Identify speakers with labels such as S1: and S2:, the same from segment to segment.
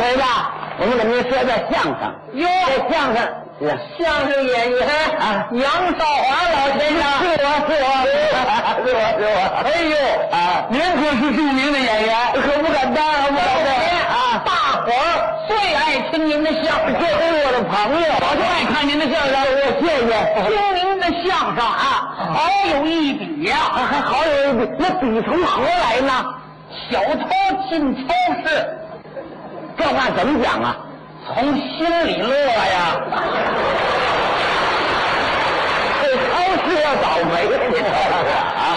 S1: 回吧，我们给您说段相声。
S2: 哟，
S1: 这相声是
S2: 相声演员
S1: 啊
S2: 杨少华老先生，
S1: 是我是我是我是我。
S2: 哎呦
S1: 啊，
S2: 您可是著名的演员，
S1: 可不敢当，可不敢
S2: 哎
S1: 当啊！
S2: 大伙儿最爱听您的相
S1: 这
S2: 声，
S1: 是我的朋友，
S2: 我就爱看您的相声，
S1: 我谢谢。
S2: 听您的相声啊，好有一比呀、
S1: 啊，还好有一笔，那笔从何来呢？
S2: 小偷进超市，
S1: 这话怎么讲啊？
S2: 从心里乐呀。
S1: 这超市要倒 霉，你知道吗？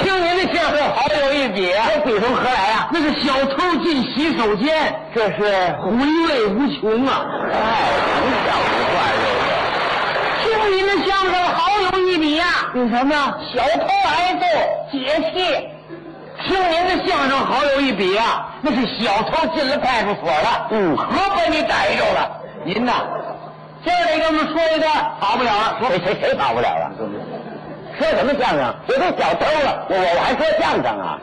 S2: 听您的相声好有一比啊，
S1: 这笔从何来啊？
S2: 那是小偷进洗手间，
S1: 这是
S2: 回味无穷啊。
S1: 哎，你小子坏了！
S2: 听您的相声好有一比呀、
S1: 你什么呀？
S2: 小偷挨揍解气。听您的相声好有一比啊，那是小偷进了派出所了，
S1: 嗯
S2: 可把你逮着了。您呐，今儿得给我们说一段，跑不了了。说嗯
S1: 谁谁谁跑不了了？说什么相声？谁都小偷了，我我还说相声啊？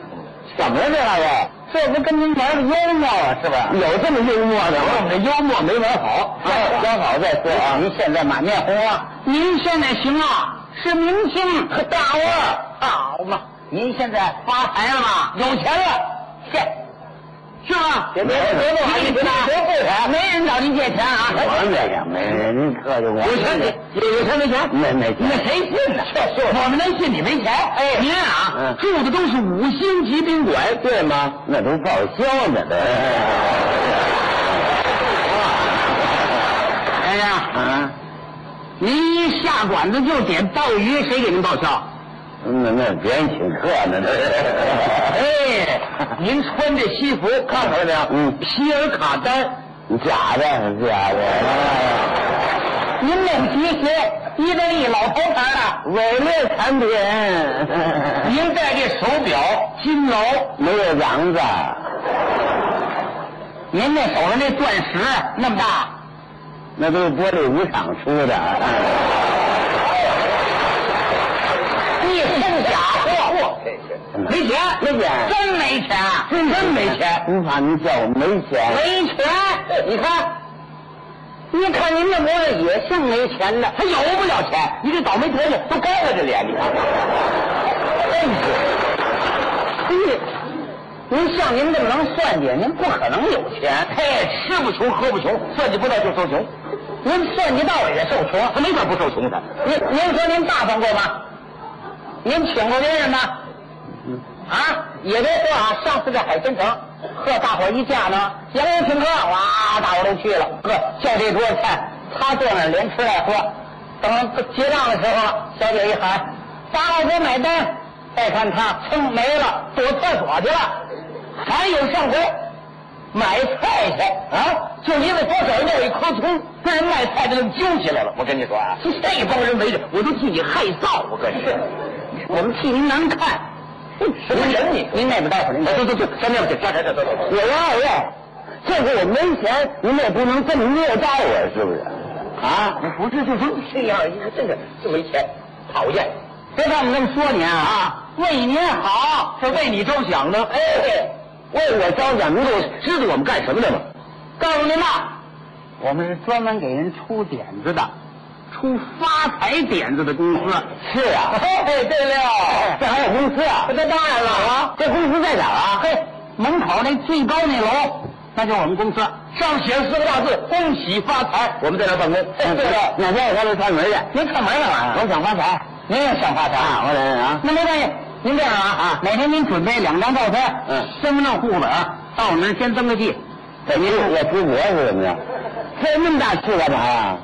S1: 怎么了这玩意儿？这不跟您玩的幽默啊，是吧？有这么幽默的吗？我们这幽默没玩好，
S2: 哎
S1: 玩好再说啊！您现在满面红光，
S2: 您现在行啊，是明星
S1: 和大腕儿
S2: 好嘛，
S1: 您现在
S2: 发财了吗？有钱了，
S1: 现
S2: 是吧？
S1: 别别别不好意思啊
S2: 别富财，没人找您借钱啊。
S1: 我这个没人客气，我
S2: 有钱
S1: 有有钱没钱？没没
S2: 那
S1: 钱。
S2: 谁信呢？
S1: 这是
S2: 我们能信你没钱？哎您啊，
S1: 嗯
S2: 住的都是五星级宾馆，
S1: 喂，对吗？那都报销呢，都。
S2: 哎呀，
S1: 啊，
S2: 您一下馆子就点鲍鱼，谁给您报销？
S1: 嗯那那别人请客呢，那。
S2: 哎，您穿这西服看看没有？
S1: 嗯
S2: 皮尔卡丹，
S1: 假的，假的，
S2: 您那皮鞋意大利老头牌的，
S1: 伪劣产品，
S2: 您戴这手表金劳，
S1: 没有瓤子，
S2: 您那手上那钻石那么大，
S1: 那都是玻璃舞厂出的。
S2: 啊一身假货，没钱，
S1: 没钱
S2: 真哎没钱，
S1: 真
S2: 真没钱。
S1: 您怕您叫我没钱？
S2: 没钱，你看，你看您这模样也像没钱的，还有不了钱。你这倒霉婆子都该我这脸，你看，哎真是。您哎您像您这么能算计，您不可能有钱。嘿，哎吃不穷，喝不穷，算计不到就受穷。您算计到了也受穷，他没法不受穷的。您您说您大方过吗？您请过别人吗？啊，也别说啊，上次在海鲜城和大伙儿一架呢，洋人请客，哇，大伙儿都去了，呵，就这桌菜，他坐那儿连吃带喝。等结账的时候，小姐一喊：“八老哥买单！”再看他，噌没了，躲厕所去了。还有上回买菜去啊，就因为左手那有一颗葱，跟人卖菜的就揪起来了。我跟你说啊，这帮人围着，我都替你害臊。我跟你说，我们替您难看。什么人你？啊您那边待会儿，您走走走，咱那边去，站站站走走走。
S1: 我要要，这是我没钱，您也不能这么虐待我，是不是？啊，
S2: 不是，就说这样，一个真是就没钱，讨厌。别看我们这么说您啊，为您好是为你着想的。哎，
S1: 为我着想，您就知道我们干什么的吗？
S2: 告诉您呐，我们是专门给人出点子的，出发财点子的公司。
S1: 是啊，
S2: 嘿，对了
S1: 这还有公司啊？
S2: 那当然了啊，
S1: 这公司在哪儿啊？
S2: 嘿，门口那最高那楼，那就是我们公司，上写四个大字“恭喜发财”。我们在那办公。嗯
S1: 哎对了，哪天我上那串门去？
S2: 您看门干嘛呀？
S1: 我想发财，
S2: 您也想发财
S1: 啊，我来啊。
S2: 那没关系，您这样啊啊，哪天您准备两张照片，
S1: 嗯
S2: 身份证、户口本，到我们那儿先登个记。
S1: 这您我出国是怎么样？ 费那么大气干嘛呀？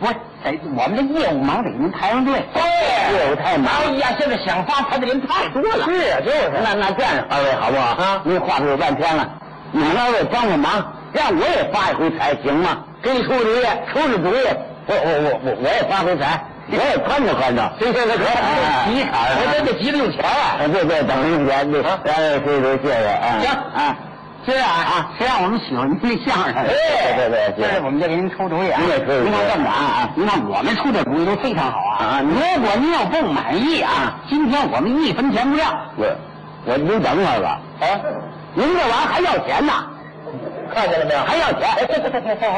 S2: 不是，得我们这业务忙得给您排上队。
S1: 业务太忙。
S2: 哎呀，现在想发财的人太多了。
S1: 是啊，就是。那那这样，二位好不好？
S2: 啊
S1: 您话说半天了，你们二位帮个忙，让我也发一回财，行吗？给你出个主意，出个主意。我我我我我也发回财，我也宽敞宽哎敞。
S2: 行行行，急
S1: 好呀
S2: 我真得急着用钱啊。
S1: 啊，对对，等一下，对，
S2: 啊
S1: 哎，对对，谢谢啊。
S2: 行
S1: 啊，哎
S2: 是啊啊，谁让我们喜欢您这相声？
S1: 对对对嗯
S2: 今
S1: 对
S2: 儿我们就给您出主意啊！
S1: 您给出主意
S2: 您看这么着啊啊，您看我们出这主意都非常好啊
S1: 啊您
S2: 如果您要不满意啊，今天我们一分钱不要。
S1: 我我您等会儿吧。
S2: 哎，
S1: 您这玩意儿还要钱呢？看见了没有？
S2: 还要钱？
S1: 哎，这这这这好，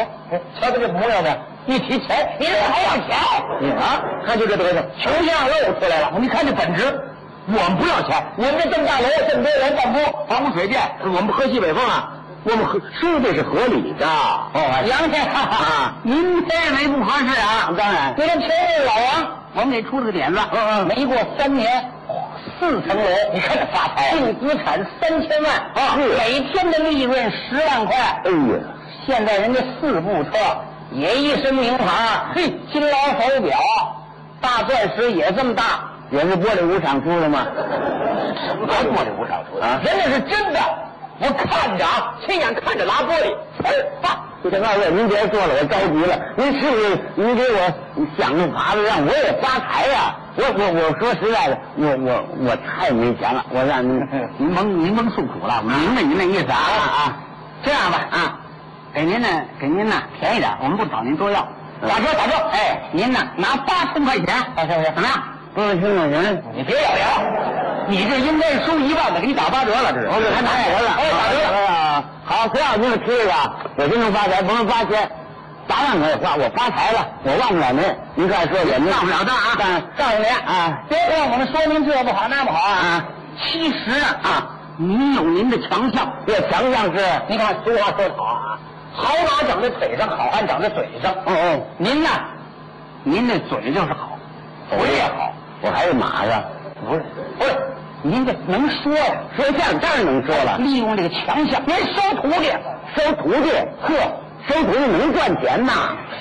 S1: 瞧他这模样呢，一提钱，
S2: 你这还要钱？
S1: 你啊，看就这德行，
S2: 穷相露出来了。
S1: 你看这本质。我们不要钱，
S2: 我们这这么大楼，这么多人办公，
S1: 房屋水电，我们喝西北风啊，我们喝说这是合理的。哦
S2: 杨先生
S1: 啊
S2: 您这位不合适啊
S1: 当然
S2: 您这穷日老王，我们给出了个点子，
S1: 嗯嗯
S2: 没过三年。四层楼，你看这发财，净资产三千万
S1: 啊是
S2: 每天的利润十万块，
S1: 哎呀，
S2: 现在人家四部车，也一身名牌，嘿，金劳手表，大钻石也这么大，
S1: 也是玻璃屋厂出的吗？
S2: 什么玻璃屋厂出的？
S1: 啊
S2: 人家是真的，我看着啊，亲眼看着拉玻璃，
S1: 哎
S2: 呲啪。
S1: 就这二位，您别说了，我着急了。您是不是您给我想个法子让我也发财呀、我我我说实在的，我我我太没钱了，我让您
S2: 您甭您甭诉苦了，我明白您那意思啊啊！这样吧啊，给您呢给您呢便宜点，我们不找您多要。
S1: 嗯
S2: 打折打折，哎，您呢拿八千块钱，八千块钱怎么样？
S1: 哎八千块钱，
S2: 你别咬牙，你这应该收一万的，给你打八折了，这是。
S1: 我给他打打折了，
S2: 哎，打折了。
S1: 了。好，不要您的提议啊，我就能发财，不能八千，八万可以花，我发财了，我忘不了您。您再说我您
S2: 忘不了账啊！
S1: 但
S2: 告诉您
S1: 啊
S2: 别让我们说您这不好那不好
S1: 啊
S2: 啊！其实啊啊，您有您的强项，
S1: 这强项是，
S2: 你看俗话说得好啊，好马长在腿上，好汉长在嘴上。
S1: 哦哦，
S2: 您呐，您这嘴就是好，
S1: 哦我也好，我还有马子，
S2: 不是不是，您这能说呀、
S1: 说相声当然能说了。
S2: 利用这个强项，您收徒弟，
S1: 收徒弟，呵，收徒弟能赚钱呐？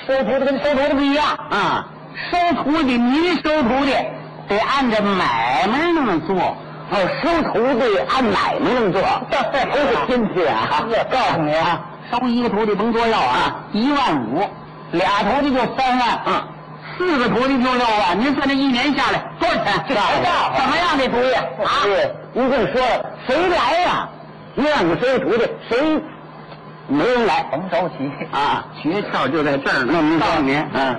S2: 收徒弟跟收徒弟不一样啊，
S1: 啊，
S2: 收徒弟您收徒弟得按照买卖那么做。
S1: 哦，收徒弟按买卖那 么做，都是亲戚啊。
S2: 是告诉你 啊，收一个徒弟甭多要啊，一万五，俩徒弟就三万，
S1: 嗯，
S2: 四个徒弟就六万，您算这一年下来多少钱？
S1: 这还大方
S2: 怎么样这主意啊？
S1: 对，您这么说，谁来呀、你让你收徒弟，谁没人来？
S2: 甭着急
S1: 啊，
S2: 诀窍就在这儿
S1: 那您
S2: 告诉您，
S1: 嗯，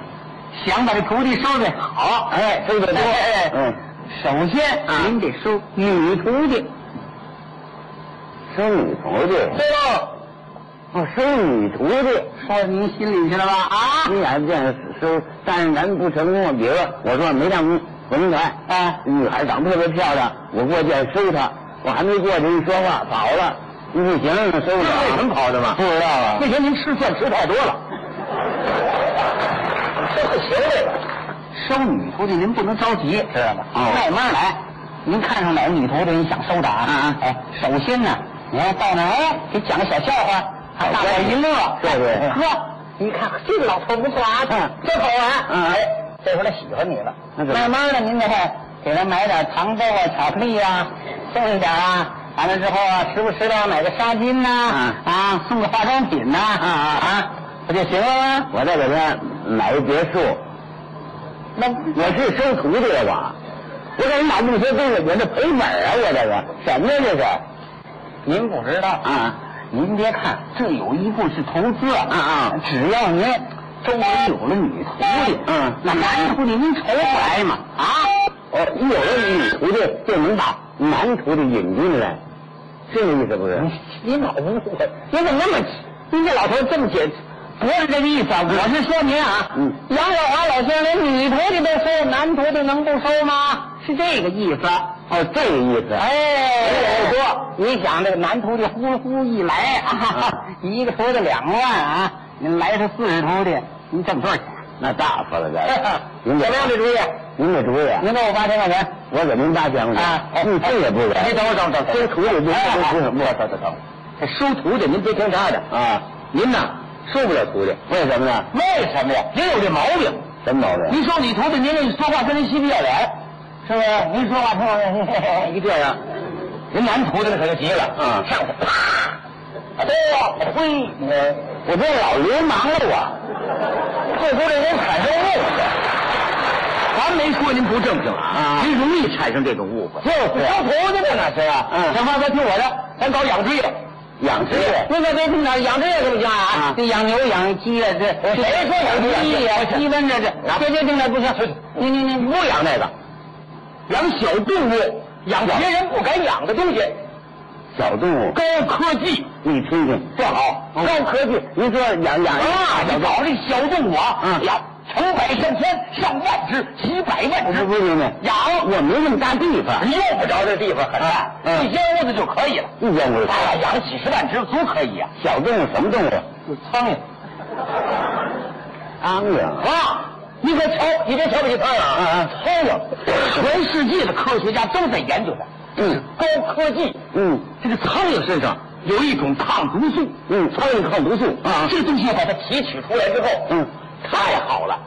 S2: 想把这徒弟收的好，
S1: 哎，收的多，
S2: 哎哎
S1: 嗯，
S2: 首先
S1: 啊
S2: 您得收女徒弟，
S1: 收女徒弟，
S2: 对喽，
S1: 哦，收女徒弟，
S2: 说到您心里去了吧？啊，
S1: 你眼见收，但是咱不成功。比如说，我说没上文台，
S2: 哎
S1: 女孩长得特别漂亮，我过去要收她，我还没过去一说话跑了，你不行，收不了。啊
S2: 这为什么跑的嘛
S1: 不知道啊
S2: 那。天您吃蒜吃太多 了，这不行这个。收女徒弟您不能着急，知道吗？
S1: 哦
S2: 慢慢来。您看上哪个女徒弟，你想收她啊？
S1: 嗯嗯
S2: 哎，首先呢，你要到那儿哎，给讲个小笑话，
S1: 好
S2: 大伙儿一乐。
S1: 对对
S2: 呵，你看这个老头不错啊，
S1: 嗯
S2: 真好玩。
S1: 嗯
S2: 哎，这会儿他喜欢你了。
S1: 那怎么
S2: 慢慢的，您得给他买点糖豆啊、巧克力啊，送一点啊。完了之后啊，时不时的买个纱巾呐、
S1: 嗯
S2: 啊，送个化妆品呐、啊，
S1: 嗯嗯
S2: 不就行了吗？
S1: 我再给她买一别墅，
S2: 那
S1: 我是收徒弟了吧？我给人买那么些东西，我这赔本啊！我这个什么呀？这是
S2: 您不知道
S1: 啊？
S2: 您别看这有一部是投资啊
S1: 啊啊
S2: 只要您周围有了女徒弟，
S1: 嗯
S2: 那男徒弟您愁不来嘛啊？
S1: 哦，一有了女徒弟，就能把男徒弟引进来，是这意思不是？
S2: 您嗯老误会，您怎么那么，您这老头这么解，不是这个意思啊，我是说您啊，
S1: 嗯
S2: 杨小华老先生连女徒弟都收，男徒弟能不收吗？是这个意思。
S1: 哦，这个意思。
S2: 哎，说你想这个男徒弟呼呼一来啊，一个徒弟两万啊，您来他四十徒弟，您挣多少钱？
S1: 那大发了，该
S2: 怎
S1: 您
S2: 么
S1: 这
S2: 样这主意？
S1: 您给主意啊，
S2: 您给我八千块钱。
S1: 我给您八千块
S2: 啊
S1: 钱，嗯，这也不给。
S2: 哎等会儿等会儿等会儿
S1: 收徒弟您
S2: 哎哎
S1: 不是不等等等，
S2: 这哎收徒弟您别听他的
S1: 啊，
S2: 您呐
S1: 收不了徒弟，为什么呢？
S2: 为什么呀？您有这毛病。
S1: 什么毛病？
S2: 您说你徒弟，您这说话跟人嬉皮笑脸，是不是？您说话 听我一这样，人男徒弟可就急了，
S1: 啊
S2: 上去啪，嚯，嘿，
S1: 我这老流氓了，我
S2: 这不这人产生误会。咱没说您不正经
S1: 啊
S2: 您容易产生这种误会。
S1: 就是啊
S2: 收徒弟呢，哪是啊？
S1: 嗯
S2: 小芳，咱听我的，咱搞养殖业。
S1: 养殖业。
S2: 您可别听哪养殖业这么讲
S1: 啊
S2: 啊！这养牛、养鸡呀，这
S1: 我谁说养鸡养
S2: 鸡
S1: 鸡
S2: 呀
S1: 我、想
S2: 鸡瘟这这，这这听着不行。你你你不养那个，养小动物，养别人不敢养的东西。
S1: 小动物，
S2: 高科技
S1: 你听听，不好，
S2: 嗯
S1: 高科技。您说养养
S2: 啊！你
S1: 小动物
S2: 搞这小动物啊，
S1: 嗯
S2: 要成百上千、上万只、几百万
S1: 我
S2: 只
S1: 不不明白，
S2: 养，
S1: 我没那么大地方，
S2: 用不着这地方很大
S1: 啊，嗯
S2: 一间屋子就可以了。
S1: 一间屋子。
S2: 哎呀，养几十万只足可以啊！
S1: 小动物什么动物？
S2: 苍蝇
S1: 苍蝇。
S2: 啊！你可瞧，你别瞧不起苍蝇
S1: 嗯
S2: 啊
S1: 嗯！
S2: 苍蝇，全世界的科学家都在研究它，
S1: 嗯
S2: 高科技。
S1: 嗯
S2: 这个苍蝇身上有一种抗毒素，
S1: 嗯，苍蝇抗毒素啊。
S2: 这个东西要把它提取出来之后，
S1: 嗯，
S2: 太好了，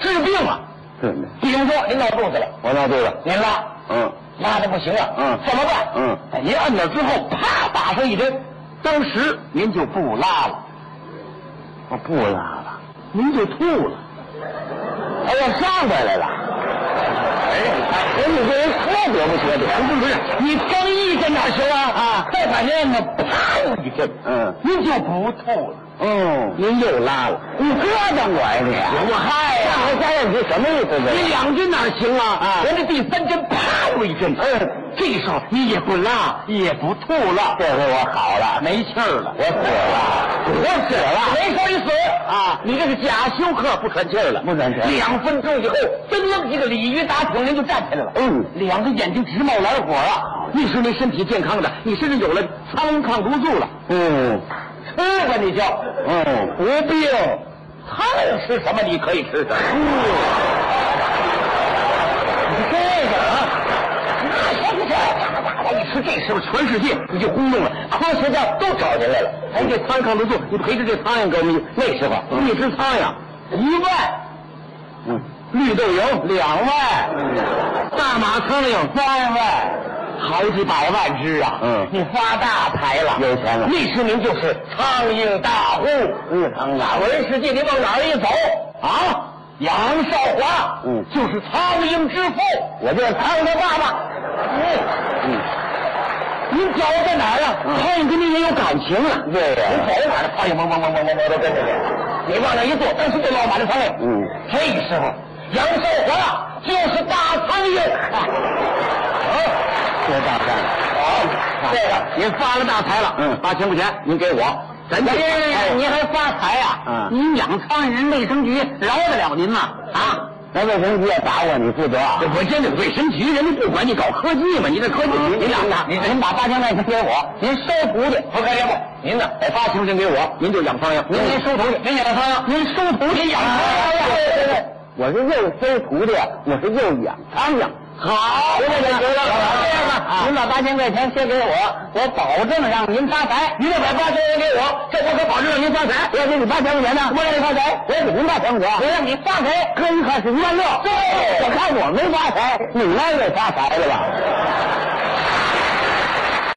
S2: 治病啊！
S1: 对，
S2: 比如说您闹肚子了，
S1: 我闹对了。
S2: 您拉
S1: 嗯，
S2: 拉的不行了，
S1: 嗯
S2: 怎么办？
S1: 嗯
S2: 哎，您按那之后，啪打上一针，当时您就不拉了，
S1: 我不拉了。
S2: 您就吐了，
S1: 哎呀，上回来了。
S2: 哎呀，
S1: 哎，你这人特别不缺德。
S2: 不是不是，你刚一针哪行啊？
S1: 啊
S2: 再把您按那啪又一针，
S1: 嗯
S2: 您就不吐了。
S1: 哦，您又拉了。你膈应我呀你！
S2: 我嗨
S1: 啊上回加上去什么意思这
S2: 你
S1: 是？
S2: 两针哪行啊？
S1: 啊
S2: 人家第三针啪又一针，
S1: 嗯，
S2: 这时候你也不拉，也不吐了，
S1: 这回我好了，
S2: 没气儿了
S1: 我。死了，我死了。
S2: 没说你死啊！你这是假休克，不喘气儿了，
S1: 不喘气儿
S2: 两分钟以后，噔楞一个鲤鱼打挺，人就站起来了。
S1: 嗯
S2: 两个眼睛直冒蓝火啊！你说你身体健康的，你甚至有了苍蝇抗毒素了，
S1: 嗯
S2: 吃吧你就。
S1: 嗯，
S2: 无病，苍蝇吃什么你可以吃什么。
S1: 嗯
S2: 这个啊，那行不行？大家一吃这时候全世界你就轰动了，科学家都找您来了。哎，这苍蝇抗毒素，你培植这苍蝇给我们那时候
S1: 嗯
S2: 一只苍蝇一万，
S1: 嗯，
S2: 绿豆蝇两万，大马苍蝇三万，好几百万只啊！
S1: 嗯
S2: 你发大财了，
S1: 有钱了
S2: 那时您就是苍蝇大户。
S1: 嗯苍蝇大户
S2: 文世界，你往哪儿一走啊？杨少华，
S1: 嗯
S2: 就是苍蝇之父。
S1: 我就是苍蝇的爸爸。
S2: 嗯，
S1: 嗯，
S2: 您脚在哪儿啊？苍蝇跟您也有感情啊。
S1: 对呀
S2: 您走哪儿了？苍蝇嗡嗡嗡嗡嗡嗡都跟着你，你往那一坐，当时就落满了苍蝇。
S1: 嗯，
S2: 这时候杨少华就是大苍蝇。啊，
S1: 多大胆！
S2: 好，这个您发了大财了。
S1: 嗯
S2: 八千块钱您给我，咱
S1: 哎
S2: 这
S1: 呀呀呀
S2: 您还发财啊
S1: 嗯
S2: 您养苍蝇，人卫生局饶得了您吗？啊？
S1: 那卫生局要打我，你负责啊
S2: 这？我真的卫生局，人家不管你搞科技嘛，你这科技局，您俩
S1: 您
S2: 您把八千块钱给我，您收徒弟，不开节目，您呢把八千块钱给我，您就养苍蝇，您您收徒弟，您养苍蝇，您收徒弟养
S1: 哎呀对对对，我是又收徒弟，我是又养苍蝇。
S2: 好，
S1: 行了行了行了
S2: 这样吧，您把八千块钱先给我，我保证让您发财。您要把八千块钱给我，这我可保证让您发财。
S1: 我要给你八千块钱呢，
S2: 我让你发财，
S1: 我给您八千块钱。
S2: 我让你发财。
S1: 哥一看是一万六，
S2: 对
S1: 我看我没发财，你那也发财了吧？